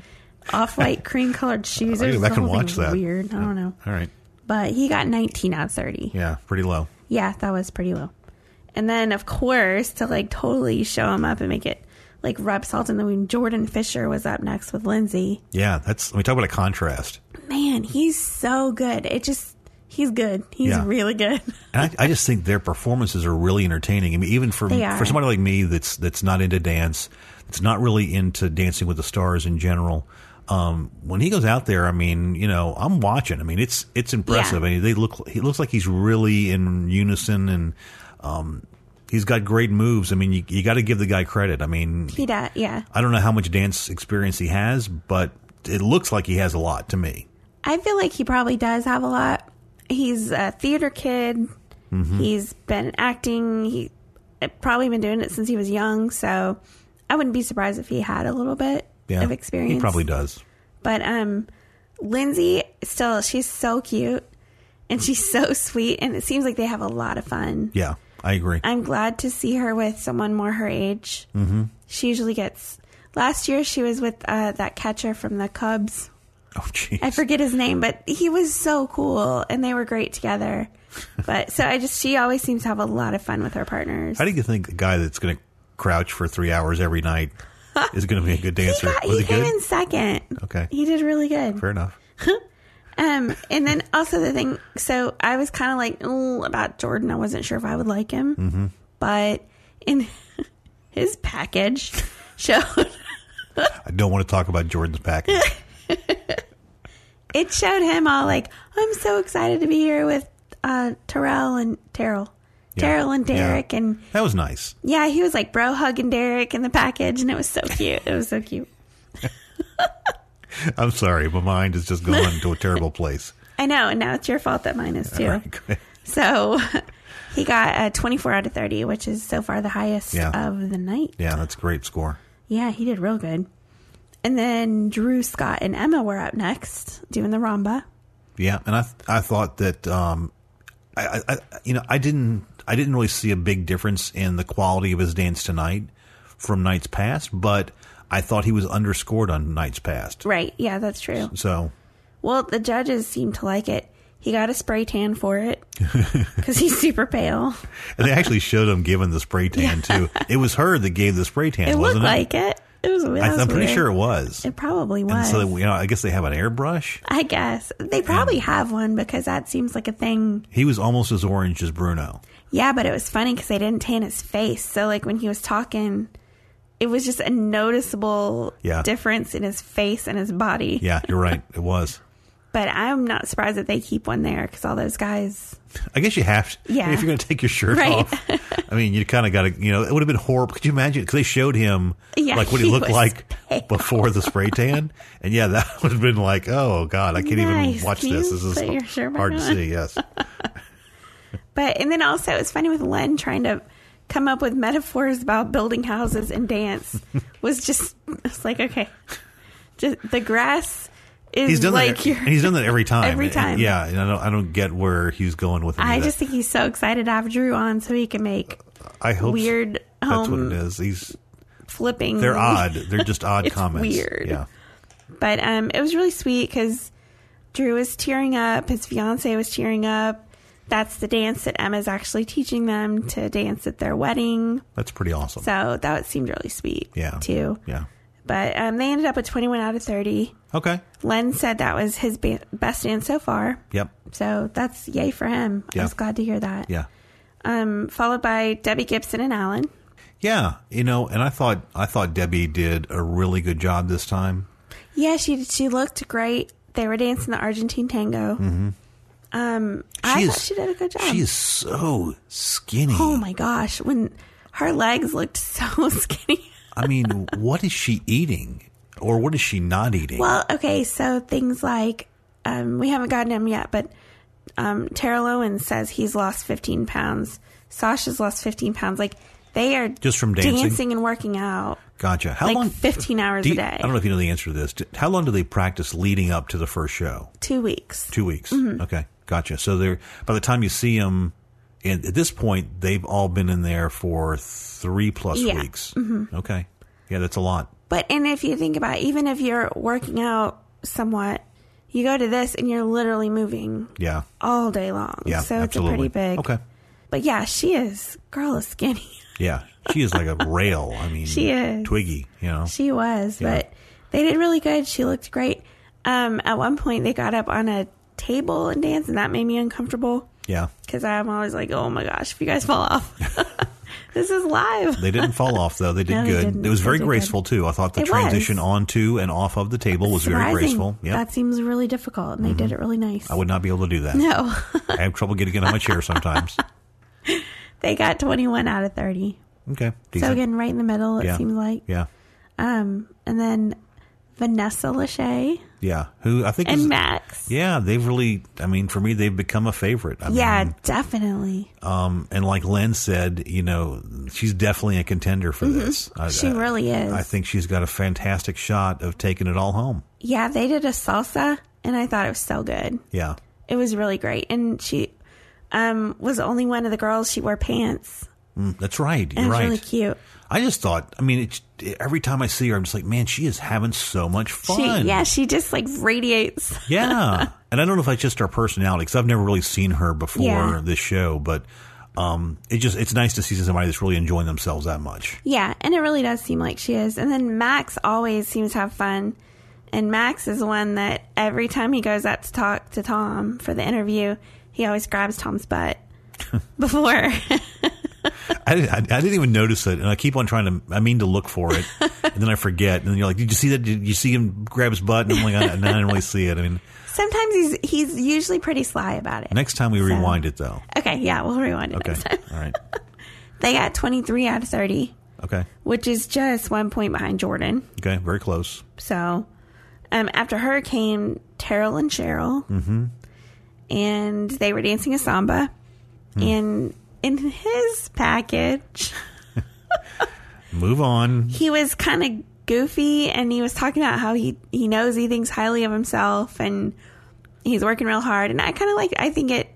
Speaker 2: off-white cream-colored shoes.
Speaker 1: I
Speaker 2: It
Speaker 1: need to go
Speaker 2: was the
Speaker 1: back and
Speaker 2: whole thing
Speaker 1: watch that.
Speaker 2: Weird. I don't know.
Speaker 1: All right.
Speaker 2: But he got 19 out of 30.
Speaker 1: Yeah, pretty low.
Speaker 2: Yeah, that was pretty low. And then, of course, to like totally show him up and make it like rub salt in the wound, Jordan Fisher was up next with Lindsay.
Speaker 1: Yeah, that's. I mean, talk about a contrast.
Speaker 2: Man, he's so good. It just, he's good. He's
Speaker 1: Yeah.
Speaker 2: really good. <laughs>
Speaker 1: And I, I just think their performances are really entertaining. I mean, even for
Speaker 2: They are.
Speaker 1: for somebody like me that's that's not into dance, that's not really into Dancing with the Stars in general. Um, when he goes out there, I mean, you know, I'm watching. I mean, it's it's impressive.
Speaker 2: Yeah.
Speaker 1: And they look. He looks like he's really in unison, and um, he's got great moves. I mean, you, you got to give the guy credit. I mean,
Speaker 2: He does, yeah.
Speaker 1: I don't know how much dance experience he has, but it looks like he has a lot to me.
Speaker 2: I feel like he probably does have a lot. He's a theater kid.
Speaker 1: Mm-hmm.
Speaker 2: He's been acting. He eh, probably been doing it since he was young. So I wouldn't be surprised if he had a little bit
Speaker 1: Yeah,
Speaker 2: of experience.
Speaker 1: He probably does.
Speaker 2: But um, Lindsay still, she's so cute and she's so sweet, and it seems like they have a lot of fun.
Speaker 1: Yeah, I agree.
Speaker 2: I'm glad to see her with someone more her age. Mm-hmm. She usually gets. Last year, she was with uh, that catcher from the Cubs.
Speaker 1: oh, jeez.
Speaker 2: I forget his name, but he was so cool, and they were great together. But so I just, she always seems to have a lot of fun with her partners.
Speaker 1: How do you think a guy that's going to crouch for three hours every night is going to be a good
Speaker 2: <laughs> he
Speaker 1: dancer?
Speaker 2: got,
Speaker 1: Was
Speaker 2: he
Speaker 1: it
Speaker 2: came
Speaker 1: good?
Speaker 2: in second.
Speaker 1: Okay.
Speaker 2: He did really good.
Speaker 1: Fair enough.
Speaker 2: Um, and then also the thing, so I was kind of like "Ooh," about Jordan. I wasn't sure if I would like him,
Speaker 1: Mm-hmm.
Speaker 2: but in <laughs> his package showed <laughs>
Speaker 1: I don't want to talk about Jordan's package.
Speaker 2: it showed him all like I'm so excited to be here with uh, Terrell and Terrell, Terrell and
Speaker 1: Yeah.
Speaker 2: Derek, and
Speaker 1: That was nice.
Speaker 2: yeah, he was like bro hugging Derek in the package, and it was so cute. It was so cute.
Speaker 1: I'm sorry. My mind is just going to a
Speaker 2: <laughs>
Speaker 1: terrible place.
Speaker 2: I know, and now it's your fault that mine is too.
Speaker 1: All right, go ahead.
Speaker 2: So <laughs> he got a 24 out of 30, which is so far the highest
Speaker 1: Yeah.
Speaker 2: of the night.
Speaker 1: Yeah, that's a great score.
Speaker 2: Yeah, he did real good. And then Drew, Scott, and Emma were up next doing the rumba.
Speaker 1: Yeah, and I th- I thought that um, I, I I- you know I didn't I didn't really see a big difference in the quality of his dance tonight from nights past, but I thought he was underscored on nights past.
Speaker 2: Right. Yeah, that's true.
Speaker 1: So
Speaker 2: Well, the judges seemed to like it. He got a spray tan
Speaker 1: <laughs>
Speaker 2: for it because he's super pale.
Speaker 1: And they actually showed him giving the spray tan too. It was her that gave the spray tan,
Speaker 2: It
Speaker 1: wasn't
Speaker 2: looked
Speaker 1: it?
Speaker 2: like it. It was. That
Speaker 1: I,
Speaker 2: was
Speaker 1: I'm pretty
Speaker 2: weird.
Speaker 1: sure it was.
Speaker 2: It probably
Speaker 1: and
Speaker 2: was.
Speaker 1: so you know, I guess they have an airbrush.
Speaker 2: I guess they probably have one because that seems like a thing.
Speaker 1: He was almost as orange as Bruno.
Speaker 2: Yeah, but it was funny because they didn't tan his face. So like when he was talking, it was just a noticeable
Speaker 1: Yeah.
Speaker 2: difference in his face and his body.
Speaker 1: Yeah, you're right. It was.
Speaker 2: But I'm not surprised that they keep one there because all those guys.
Speaker 1: I guess you have to.
Speaker 2: Yeah.
Speaker 1: If you're going to take your shirt
Speaker 2: Right.
Speaker 1: off, I mean, you kind of got to, you know, it would have been horrible. Could you imagine? Because they showed him
Speaker 2: Yeah,
Speaker 1: like what he,
Speaker 2: he
Speaker 1: looked
Speaker 2: was
Speaker 1: like
Speaker 2: pale.
Speaker 1: before the spray tan. And yeah, that <laughs> would have been like, oh, God, I can't
Speaker 2: Nice.
Speaker 1: even watch
Speaker 2: Can
Speaker 1: this.
Speaker 2: you
Speaker 1: This is
Speaker 2: put your shirt back
Speaker 1: hard to
Speaker 2: on?
Speaker 1: see. Yes.
Speaker 2: But and then also it's funny with Len trying to come up with metaphors about building houses
Speaker 1: <laughs>
Speaker 2: and dance was just it's like okay, just the grass is
Speaker 1: He's done
Speaker 2: like
Speaker 1: that.
Speaker 2: your.
Speaker 1: and <laughs> he's done that every time.
Speaker 2: Every
Speaker 1: And-
Speaker 2: time.
Speaker 1: yeah. And I don't, I don't get where he's going with any
Speaker 2: I
Speaker 1: of that.
Speaker 2: just think he's so excited to have Drew on so he can make
Speaker 1: I hope
Speaker 2: weird um,
Speaker 1: That's what it
Speaker 2: home
Speaker 1: is. He's,
Speaker 2: flipping.
Speaker 1: they're odd.
Speaker 2: <laughs>
Speaker 1: They're just odd
Speaker 2: It's
Speaker 1: comments.
Speaker 2: weird.
Speaker 1: Yeah.
Speaker 2: But um, it was really sweet because Drew was tearing up. His fiance was tearing up. That's the dance that Emma's actually teaching them to dance at their wedding.
Speaker 1: That's pretty awesome.
Speaker 2: So that seemed really sweet.
Speaker 1: yeah.
Speaker 2: Too.
Speaker 1: Yeah.
Speaker 2: But um, they ended up with 21 out of 30.
Speaker 1: Okay.
Speaker 2: Len said that was his ba- best dance so far.
Speaker 1: Yep.
Speaker 2: So that's yay for him. I
Speaker 1: Yeah.
Speaker 2: was glad to hear that.
Speaker 1: Yeah.
Speaker 2: Um, followed by Debbie Gibson and Alan.
Speaker 1: Yeah, you know, and I thought I thought Debbie did a really good job this time.
Speaker 2: Yeah, she she looked great. They were dancing the Argentine tango. Mm-hmm. Um, I
Speaker 1: She
Speaker 2: thought
Speaker 1: is-
Speaker 2: she did a good job.
Speaker 1: She is so skinny.
Speaker 2: oh my gosh, when her legs looked <laughs> so skinny.
Speaker 1: I mean, what is she eating, or what is she not eating?
Speaker 2: Well, okay, so things like um, we haven't gotten him yet, but um, Tara Lowen says he's lost 15 pounds. Sasha's lost 15 pounds. Like they are
Speaker 1: Just from dancing?
Speaker 2: and working out
Speaker 1: gotcha. How
Speaker 2: like
Speaker 1: long?
Speaker 2: 15 hours
Speaker 1: do you-
Speaker 2: a day,
Speaker 1: I don't know if you know the answer to this. Do- How long do they practice leading up to the first show?
Speaker 2: two weeks.
Speaker 1: Two weeks.
Speaker 2: Mm-hmm.
Speaker 1: Okay, gotcha. So they're by the time you see them, and at this point, they've all been in there for three plus
Speaker 2: Yeah. Mm-hmm.
Speaker 1: weeks. Okay, yeah, that's a lot.
Speaker 2: But and if you think about it, even if you're working out somewhat, you go to this and you're literally moving
Speaker 1: Yeah,
Speaker 2: all day long.
Speaker 1: yeah,
Speaker 2: so it's
Speaker 1: absolutely.
Speaker 2: a pretty big.
Speaker 1: Okay.
Speaker 2: But yeah, she is. Girl is skinny.
Speaker 1: Yeah, she is like a rail. I mean,
Speaker 2: She is.
Speaker 1: Twiggy. You know,
Speaker 2: She was, but they did really good. She looked great. Um, at one point, they got up on a table and danced, and that made me uncomfortable
Speaker 1: yeah.
Speaker 2: because I'm always like, oh my gosh, if you guys fall off, <laughs> this is live.
Speaker 1: They didn't fall off
Speaker 2: <laughs>
Speaker 1: though. They did
Speaker 2: No, they
Speaker 1: good.
Speaker 2: didn't.
Speaker 1: It was
Speaker 2: They
Speaker 1: very
Speaker 2: did good.
Speaker 1: graceful too. I thought the
Speaker 2: It
Speaker 1: transition
Speaker 2: was.
Speaker 1: onto and off of the table was very
Speaker 2: Surprising.
Speaker 1: graceful. Yeah,
Speaker 2: That seems really difficult, and they did it really nice.
Speaker 1: I
Speaker 2: <laughs>
Speaker 1: would not be able to do that.
Speaker 2: no,
Speaker 1: I have trouble getting out of my chair sometimes.
Speaker 2: <laughs> they got 21 out of 30.
Speaker 1: Okay,
Speaker 2: So
Speaker 1: decent.
Speaker 2: again, right in the middle, it
Speaker 1: Yeah.
Speaker 2: seems like.
Speaker 1: Yeah,
Speaker 2: Um, and then Vanessa Lachey
Speaker 1: yeah. Who I think is. Mm-hmm.
Speaker 2: and Max.
Speaker 1: yeah, they've really. I mean, for me, they've become a favorite. I
Speaker 2: Yeah,
Speaker 1: mean,
Speaker 2: definitely.
Speaker 1: um, and like Len said, you know, she's definitely a contender for this. I,
Speaker 2: Mm-hmm. She
Speaker 1: I-
Speaker 2: really is.
Speaker 1: Uh, I think she's got a fantastic shot of taking it all home.
Speaker 2: Yeah, they did a salsa, and I thought it was so good.
Speaker 1: Yeah,
Speaker 2: It was really great, and she um, was the only one of the girls she wore pants,
Speaker 1: Mm, that's right. You're
Speaker 2: and it was
Speaker 1: right.
Speaker 2: really cute.
Speaker 1: I just thought, I mean, it's, every time I see her, I'm just like, man, she is having so much fun.
Speaker 2: She, yeah, she just like radiates. <laughs>
Speaker 1: Yeah. and I don't know if that's just her personality because I've never really seen her before
Speaker 2: Yeah.
Speaker 1: this show, but um, it just, it's nice to see somebody that's really enjoying themselves that much.
Speaker 2: Yeah, and it really does seem like she is. And then Max always seems to have fun, and Max is one that every time he goes up to talk to Tom for the interview, he always grabs
Speaker 1: <laughs>
Speaker 2: Tom's butt before. <laughs>
Speaker 1: I, didn't- I, I didn't even notice it. And I keep on trying to, I mean to look for it and then I forget. And then you're like, did you see that? Did you see him grab his butt? And I'm like, I, I didn't really see it. I mean,
Speaker 2: Sometimes he's he's usually pretty sly about it.
Speaker 1: next time we rewind it
Speaker 2: <laughs>
Speaker 1: though.
Speaker 2: Okay, yeah, we'll rewind it.
Speaker 1: Okay.
Speaker 2: Next time.
Speaker 1: All right.
Speaker 2: They got twenty three out of thirty.
Speaker 1: Okay.
Speaker 2: which is just one point behind Jordan.
Speaker 1: Okay. Very close.
Speaker 2: So, um, after her came Terrell and Cheryl, mm-hmm. and they were dancing a samba.
Speaker 1: Hmm.
Speaker 2: And in his package,
Speaker 1: Move on.
Speaker 2: he was kind of goofy, and he was talking about how he he knows he thinks highly of himself, and he's working real hard. And I kind of like. I think it.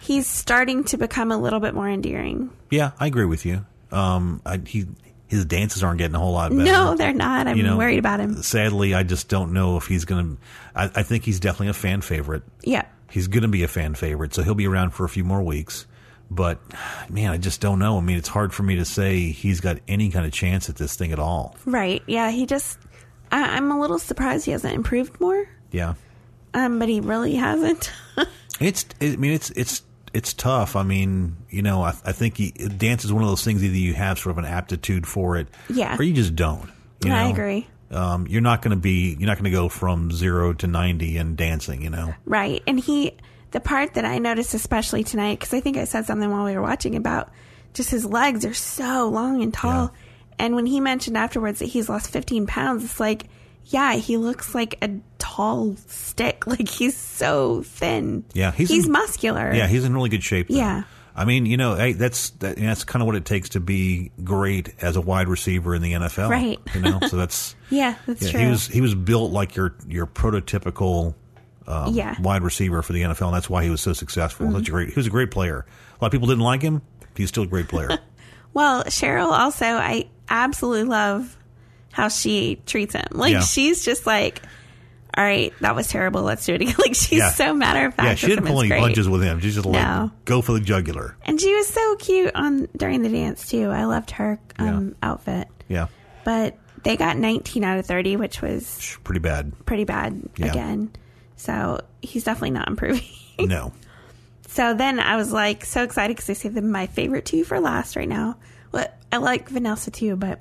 Speaker 2: He's starting to become a little bit more endearing.
Speaker 1: Yeah, I agree with you. Um, I, he his dances aren't getting a whole lot better.
Speaker 2: No, they're not. I'm
Speaker 1: You know,
Speaker 2: worried about him.
Speaker 1: Sadly, I just don't know if he's going to. I think he's definitely a fan favorite.
Speaker 2: Yeah.
Speaker 1: He's going to be a fan favorite, so he'll be around for a few more weeks. But man, I just don't know. I mean, it's hard for me to say he's got any kind of chance at this thing at all.
Speaker 2: Right. Yeah. He just. I, I'm a little surprised he hasn't improved more.
Speaker 1: Yeah.
Speaker 2: Um, but he really hasn't. <laughs>
Speaker 1: It's. I mean, it's it's it's tough. I mean, you know, I, I think he, dance is one of those things. Either you have sort of an aptitude for it,
Speaker 2: Yeah.
Speaker 1: or you just don't. You
Speaker 2: I
Speaker 1: know?
Speaker 2: agree.
Speaker 1: Um, you're not going to be. You're not going to go from zero to ninety in dancing. You know.
Speaker 2: Right. And he, the part that I noticed especially tonight, because I think I said something while we were watching about just his legs are so long and tall. And when he mentioned afterwards that he's lost 15 pounds, it's like, yeah, he looks like a tall stick. <laughs> Like he's so thin.
Speaker 1: Yeah,
Speaker 2: He's,
Speaker 1: he's in-
Speaker 2: muscular.
Speaker 1: Yeah, he's in really good shape. though.
Speaker 2: Yeah.
Speaker 1: I mean, you know, hey, that's that, that's kind of what it takes to be great as a wide receiver in the NFL.
Speaker 2: Right.
Speaker 1: You
Speaker 2: <laughs>
Speaker 1: know, so that's
Speaker 2: Yeah, that's
Speaker 1: yeah,
Speaker 2: true.
Speaker 1: he was he was built like your your prototypical um,
Speaker 2: yeah. Mm-hmm.
Speaker 1: wide receiver for the NFL, and that's why he was so successful. Such a great, he was a great player. A lot of people didn't like him. He's still a great
Speaker 2: <laughs>
Speaker 1: player.
Speaker 2: Well, Cheryl also, I absolutely love how she treats him. Like
Speaker 1: Yeah.
Speaker 2: she's just like, all right, that was terrible. Let's do it again. <laughs> Like she's
Speaker 1: Yeah.
Speaker 2: so matter of fact.
Speaker 1: yeah, she
Speaker 2: with
Speaker 1: didn't
Speaker 2: him.
Speaker 1: pull
Speaker 2: It's
Speaker 1: any
Speaker 2: great.
Speaker 1: punches with him. She's just like
Speaker 2: No.
Speaker 1: go for the jugular.
Speaker 2: And she was so cute on during the dance too. I loved her um, outfit.
Speaker 1: Yeah,
Speaker 2: But they got 19 out of 30, which was
Speaker 1: Sh- pretty
Speaker 2: <laughs>
Speaker 1: bad.
Speaker 2: pretty bad
Speaker 1: Yeah.
Speaker 2: again. So he's definitely not improving. <laughs>
Speaker 1: No.
Speaker 2: so then I was like so excited because I saved them my favorite two for last right now. Well, I like Vanessa too, but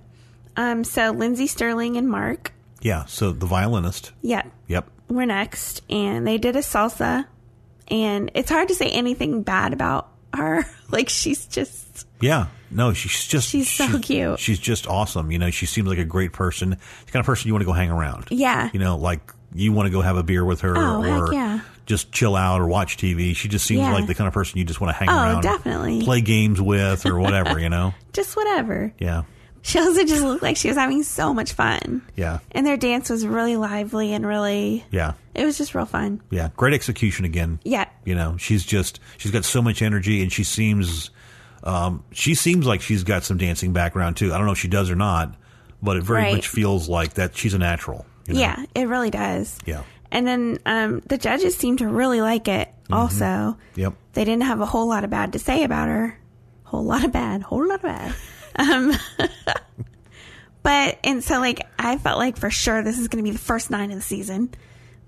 Speaker 2: um, so Lindsay Sterling and Mark.
Speaker 1: Yeah. So the violinist.
Speaker 2: Yep,
Speaker 1: Yep.
Speaker 2: we're next, and they did a salsa, and it's hard to say anything bad about her. <laughs> Like she's just
Speaker 1: Yeah. No, she's just
Speaker 2: She's so cute.
Speaker 1: She's just awesome. You know, she seems like a great person. The kind of person you want to go hang around.
Speaker 2: Yeah.
Speaker 1: You know, like you want to go have a beer with her
Speaker 2: Oh, heck
Speaker 1: or
Speaker 2: yeah.
Speaker 1: just chill out or watch TV. She just seems
Speaker 2: Yeah.
Speaker 1: like the kind of person you just want to hang
Speaker 2: Oh,
Speaker 1: around,
Speaker 2: definitely.
Speaker 1: play games with or whatever, you
Speaker 2: <laughs>
Speaker 1: know?
Speaker 2: just whatever.
Speaker 1: Yeah.
Speaker 2: She also just looked like she was having so much fun.
Speaker 1: Yeah.
Speaker 2: And their dance was really lively and really,
Speaker 1: Yeah.
Speaker 2: it was just real fun.
Speaker 1: Yeah. Great execution again.
Speaker 2: Yeah.
Speaker 1: You know, she's just she's got so much energy, and she seems um, she seems like she's got some dancing background too. I don't know if she does or not, but it very
Speaker 2: Right.
Speaker 1: much feels like that she's a natural. you know?
Speaker 2: Yeah, it really does.
Speaker 1: Yeah.
Speaker 2: And then um, the judges seemed to really like it
Speaker 1: Mm-hmm.
Speaker 2: also.
Speaker 1: Yep.
Speaker 2: They didn't have a whole lot of bad to say about her. Whole lot of bad. Whole lot of bad. <laughs> Um, but, and so, like, I felt like for sure this is going to be the first nine of the season.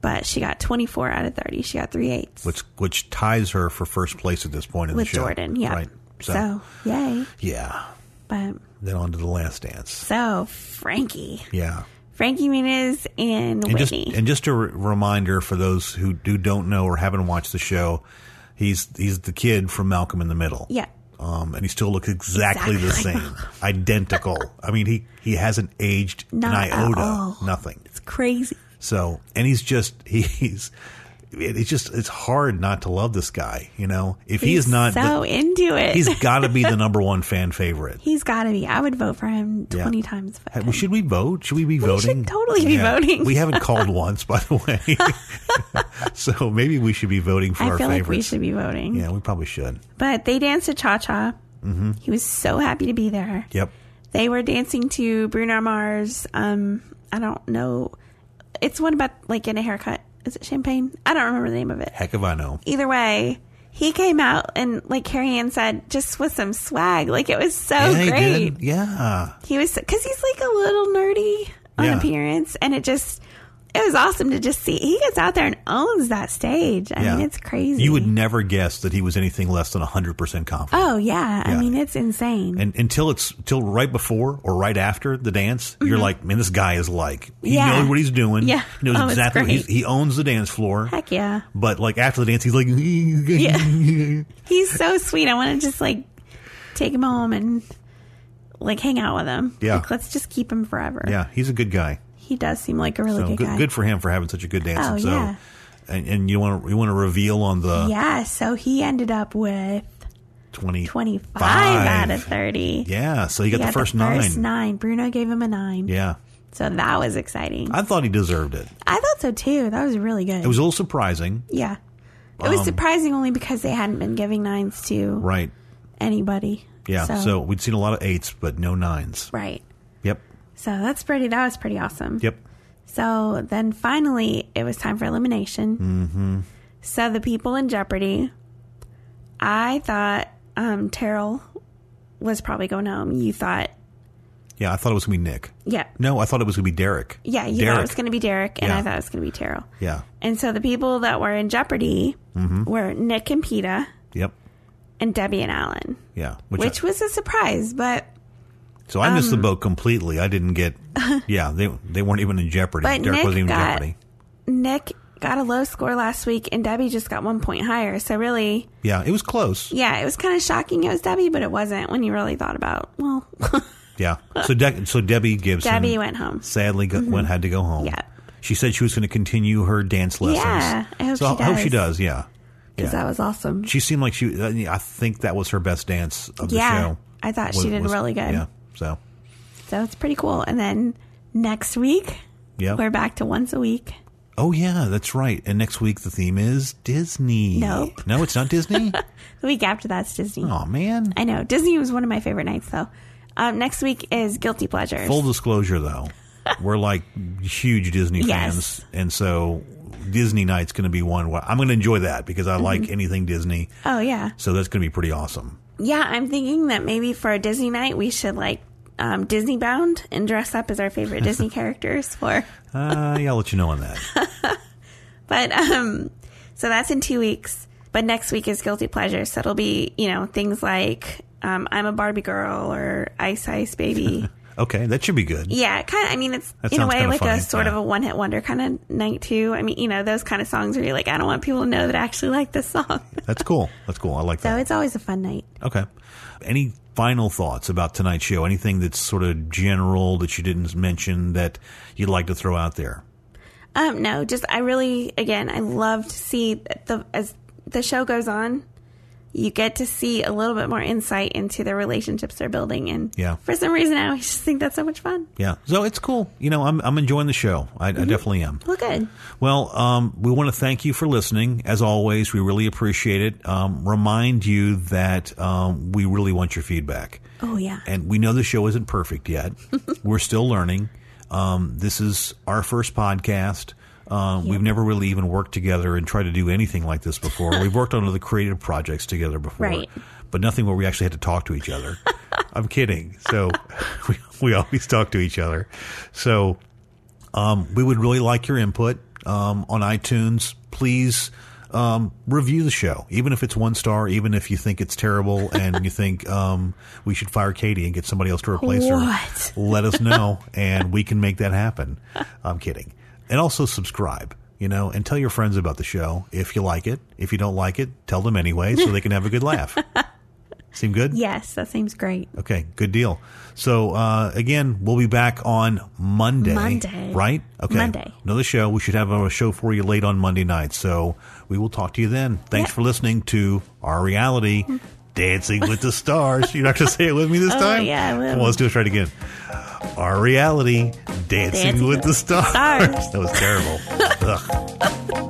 Speaker 2: But she got 24 out of 30. She got three eights
Speaker 1: Which which ties her for first place at this point in
Speaker 2: with
Speaker 1: the show.
Speaker 2: Jordan. Yeah.
Speaker 1: Right. So,
Speaker 2: so, yay.
Speaker 1: yeah.
Speaker 2: But
Speaker 1: Then on to the last dance.
Speaker 2: So Frankie,
Speaker 1: Yeah.
Speaker 2: Frankie Muniz and,
Speaker 1: And just
Speaker 2: Whitney.
Speaker 1: and just a re- reminder for those who, who don't know or haven't watched the show, he's he's the kid from Malcolm in the Middle.
Speaker 2: Yeah.
Speaker 1: Um, and he still looks exactly, the
Speaker 2: Exactly.
Speaker 1: same, identical. I mean, he he hasn't aged
Speaker 2: Not
Speaker 1: an
Speaker 2: at
Speaker 1: iota,
Speaker 2: all.
Speaker 1: nothing.
Speaker 2: it's crazy.
Speaker 1: So, and he's just <laughs> he, he's it- it's just it's hard not to love this guy. You know, if he is not,
Speaker 2: so
Speaker 1: the-
Speaker 2: into it.
Speaker 1: he's
Speaker 2: He's, <laughs>
Speaker 1: got to be the number one fan favorite.
Speaker 2: got to be. I would vote for him
Speaker 1: Yeah.
Speaker 2: twenty times. If I
Speaker 1: Hey, well,
Speaker 2: could.
Speaker 1: should we vote? Should we be voting?
Speaker 2: totally be voting.
Speaker 1: We haven't
Speaker 2: <laughs>
Speaker 1: called once, by the way. <laughs> so maybe we should be voting for
Speaker 2: I
Speaker 1: our
Speaker 2: feel like we
Speaker 1: favorites.
Speaker 2: should be voting.
Speaker 1: yeah, Mm-hmm. we probably should.
Speaker 2: But they danced to Cha Cha. He was so happy to be there.
Speaker 1: Yep.
Speaker 2: They were dancing to Bruno Mars. Um, I don't know. It's one about like in a haircut. Is it champagne? I don't remember the name of it.
Speaker 1: Heck if I know.
Speaker 2: either way, he came out and like Carrie Ann said, just with some swag. Like it was so
Speaker 1: yeah, he
Speaker 2: Oh, great.
Speaker 1: did. Yeah.
Speaker 2: He was because he's like a little nerdy on
Speaker 1: Yeah.
Speaker 2: appearance, and it just it was awesome to just see. He gets out there and owns that stage. I
Speaker 1: Yeah.
Speaker 2: mean, it's crazy.
Speaker 1: You would never guess that he was anything less than 100% confident.
Speaker 2: Oh yeah. I
Speaker 1: Yeah.
Speaker 2: mean, it's insane.
Speaker 1: and until it's till right before or right after the dance, you're like, man, this guy is like he
Speaker 2: Mm-hmm. Yeah.
Speaker 1: knows what he's doing.
Speaker 2: Yeah.
Speaker 1: he knows
Speaker 2: Oh, it's
Speaker 1: exactly. What
Speaker 2: great.
Speaker 1: he's, he owns the dance floor.
Speaker 2: Heck yeah.
Speaker 1: But like after the dance, he's like, <laughs>
Speaker 2: He's so sweet. I want to just like take him home and like hang out with him.
Speaker 1: Yeah.
Speaker 2: Like, let's just keep him forever.
Speaker 1: yeah, he's a good guy.
Speaker 2: He does seem like a really
Speaker 1: So
Speaker 2: good,
Speaker 1: good,
Speaker 2: guy.
Speaker 1: good for him for having such a good dance.
Speaker 2: Oh,
Speaker 1: and so,
Speaker 2: yeah.
Speaker 1: and, and you want to you want to reveal on the
Speaker 2: yeah. So he ended up with
Speaker 1: twenty
Speaker 2: 25 out of 30.
Speaker 1: Yeah, so you got
Speaker 2: Yeah,
Speaker 1: the first,
Speaker 2: first
Speaker 1: nine.
Speaker 2: Bruno gave him a nine.
Speaker 1: Yeah,
Speaker 2: So that was exciting. I,
Speaker 1: I thought he deserved it.
Speaker 2: thought so too. That was really good.
Speaker 1: It was a little surprising,
Speaker 2: yeah. It was surprising only because they hadn't been giving nines to
Speaker 1: right?
Speaker 2: anybody.
Speaker 1: Yeah, so. we'd seen a lot of eights, but no nines.
Speaker 2: Right.
Speaker 1: Yep,
Speaker 2: So that's pretty, that was pretty awesome.
Speaker 1: yep.
Speaker 2: So then finally, it was time for elimination. Mm-hmm. So the people in Jeopardy, I thought, um, Terrell was probably going home, you thought,
Speaker 1: Yeah, I thought it was going to be Nick.
Speaker 2: yeah,
Speaker 1: No, I thought it was going to be Derek.
Speaker 2: yeah, you thought it was going to be Derek, and
Speaker 1: Yeah.
Speaker 2: I thought it was going to be Terrell.
Speaker 1: Yeah.
Speaker 2: And so the people that were in jeopardy
Speaker 1: Mm-hmm.
Speaker 2: were Nick and PETA
Speaker 1: Yep.
Speaker 2: and Debbie and Alan,
Speaker 1: Yeah.
Speaker 2: which um, was a surprise, but
Speaker 1: so I missed the boat completely. I didn't
Speaker 2: <laughs>
Speaker 1: get. Yeah, they they weren't even in jeopardy.
Speaker 2: But
Speaker 1: Derek
Speaker 2: Nick
Speaker 1: wasn't even
Speaker 2: got-
Speaker 1: in jeopardy.
Speaker 2: Nick got a low score last week, and Debbie just got one point higher. So really,
Speaker 1: Yeah, it was close.
Speaker 2: yeah, it was kind of shocking it was Debbie, but it wasn't when you really thought about. Well,
Speaker 1: <laughs>
Speaker 2: <laughs>
Speaker 1: Yeah. So De- so Debbie Gibson
Speaker 2: Debbie went home.
Speaker 1: sadly go- went had to go home.
Speaker 2: Yeah.
Speaker 1: She said she was going to continue her dance lessons.
Speaker 2: Yeah, I hope
Speaker 1: so I
Speaker 2: she
Speaker 1: hope she
Speaker 2: does.
Speaker 1: does. Yeah.
Speaker 2: 'Cause that was awesome.
Speaker 1: She seemed like she. uh, I think that was her best dance of
Speaker 2: yeah,
Speaker 1: the show.
Speaker 2: I thought
Speaker 1: Was-
Speaker 2: she did
Speaker 1: was-
Speaker 2: really good.
Speaker 1: Yeah. So.
Speaker 2: So it's pretty cool. And then next week,
Speaker 1: Yeah.
Speaker 2: we're back to once a week.
Speaker 1: Oh yeah, that's right. And next week the theme is Disney.
Speaker 2: Nope.
Speaker 1: No, it's not
Speaker 2: <laughs>
Speaker 1: Disney.
Speaker 2: The week after that's Disney.
Speaker 1: oh man.
Speaker 2: I know Disney was one of my favorite nights, though. Um, next week is guilty pleasures.
Speaker 1: Full disclosure though, we're like huge Disney
Speaker 2: <laughs> Yes.
Speaker 1: fans, and so Disney night's going to be one. Where I'm going to enjoy that because I
Speaker 2: Mm-hmm.
Speaker 1: like anything Disney.
Speaker 2: oh yeah,
Speaker 1: So that's going to be pretty awesome.
Speaker 2: yeah. I'm thinking that maybe for a Disney night, we should like um, Disney bound and dress up as
Speaker 1: <laughs>
Speaker 2: our favorite Disney characters for.
Speaker 1: Uh, yeah, I'll let you know on that.
Speaker 2: But um, so that's in two weeks. But next week is guilty pleasures. So it'll be you know things like um, I'm a Barbie girl or Ice
Speaker 1: <laughs>
Speaker 2: Ice Baby.
Speaker 1: Okay, that should be good.
Speaker 2: Yeah, kind of. I mean, it's
Speaker 1: That
Speaker 2: in a
Speaker 1: sounds
Speaker 2: way
Speaker 1: kinda
Speaker 2: like
Speaker 1: funny,
Speaker 2: a sort of
Speaker 1: yeah.
Speaker 2: a one hit wonder kind of night too. I mean, you know, those kind of songs where you're like, I don't want people to know that I actually like this song. <laughs>
Speaker 1: That's cool. That's cool. I like
Speaker 2: So
Speaker 1: that.
Speaker 2: it's always a fun night.
Speaker 1: Okay. Any final thoughts about tonight's show? Anything that's sort of general that you didn't mention that you'd like to throw out there?
Speaker 2: Um, no, just I really again I love to see that the as the show goes on, you get to see a little bit more insight into the relationships they're building, and
Speaker 1: Yeah.
Speaker 2: for some reason I always just think that's so much fun.
Speaker 1: Yeah. So it's cool. You know, I'm I'm enjoying the show. I,
Speaker 2: Mm-hmm.
Speaker 1: I definitely am.
Speaker 2: Well, good.
Speaker 1: Well, um, we want to thank you for listening. As always, we really appreciate it. Um, remind you that um, we really want your feedback.
Speaker 2: Oh yeah,
Speaker 1: And we know the show isn't perfect
Speaker 2: <laughs>
Speaker 1: yet. We're still learning. Um, this is our first podcast. Um, We've never really even worked together and tried to do anything like this before. We've worked on other creative projects together before,
Speaker 2: Right.
Speaker 1: but nothing where we actually had to talk to each
Speaker 2: <laughs>
Speaker 1: other. I'm kidding. So <laughs> we, we always talk to each other. So um, we would really like your input um, on iTunes. Please um, review the show, even if it's one star, even if you think it's terrible and you think um, we should fire Katie and get somebody else to replace
Speaker 2: What?
Speaker 1: her. Let us know, and we can make that happen. I'm kidding. And also subscribe. You know, and tell your friends about the show if you like it. If you don't like it, tell them anyway so they can have a good laugh. Seem good?
Speaker 2: yes, that seems great.
Speaker 1: Okay, good deal. So uh, again, we'll be back on Monday.
Speaker 2: Monday.
Speaker 1: right? Okay,
Speaker 2: Monday.
Speaker 1: Another show. We should have a show for you late on Monday night. So we will talk to you then. Thanks
Speaker 2: Yeah.
Speaker 1: for listening to our reality. Dancing with the Stars. You're not going to say it with me this time?
Speaker 2: Oh, yeah, I will.
Speaker 1: Come on, let's do it right again. Our reality, Dancing, with the Stars. <laughs>
Speaker 2: Stars. <laughs>
Speaker 1: That was terrible. Ugh.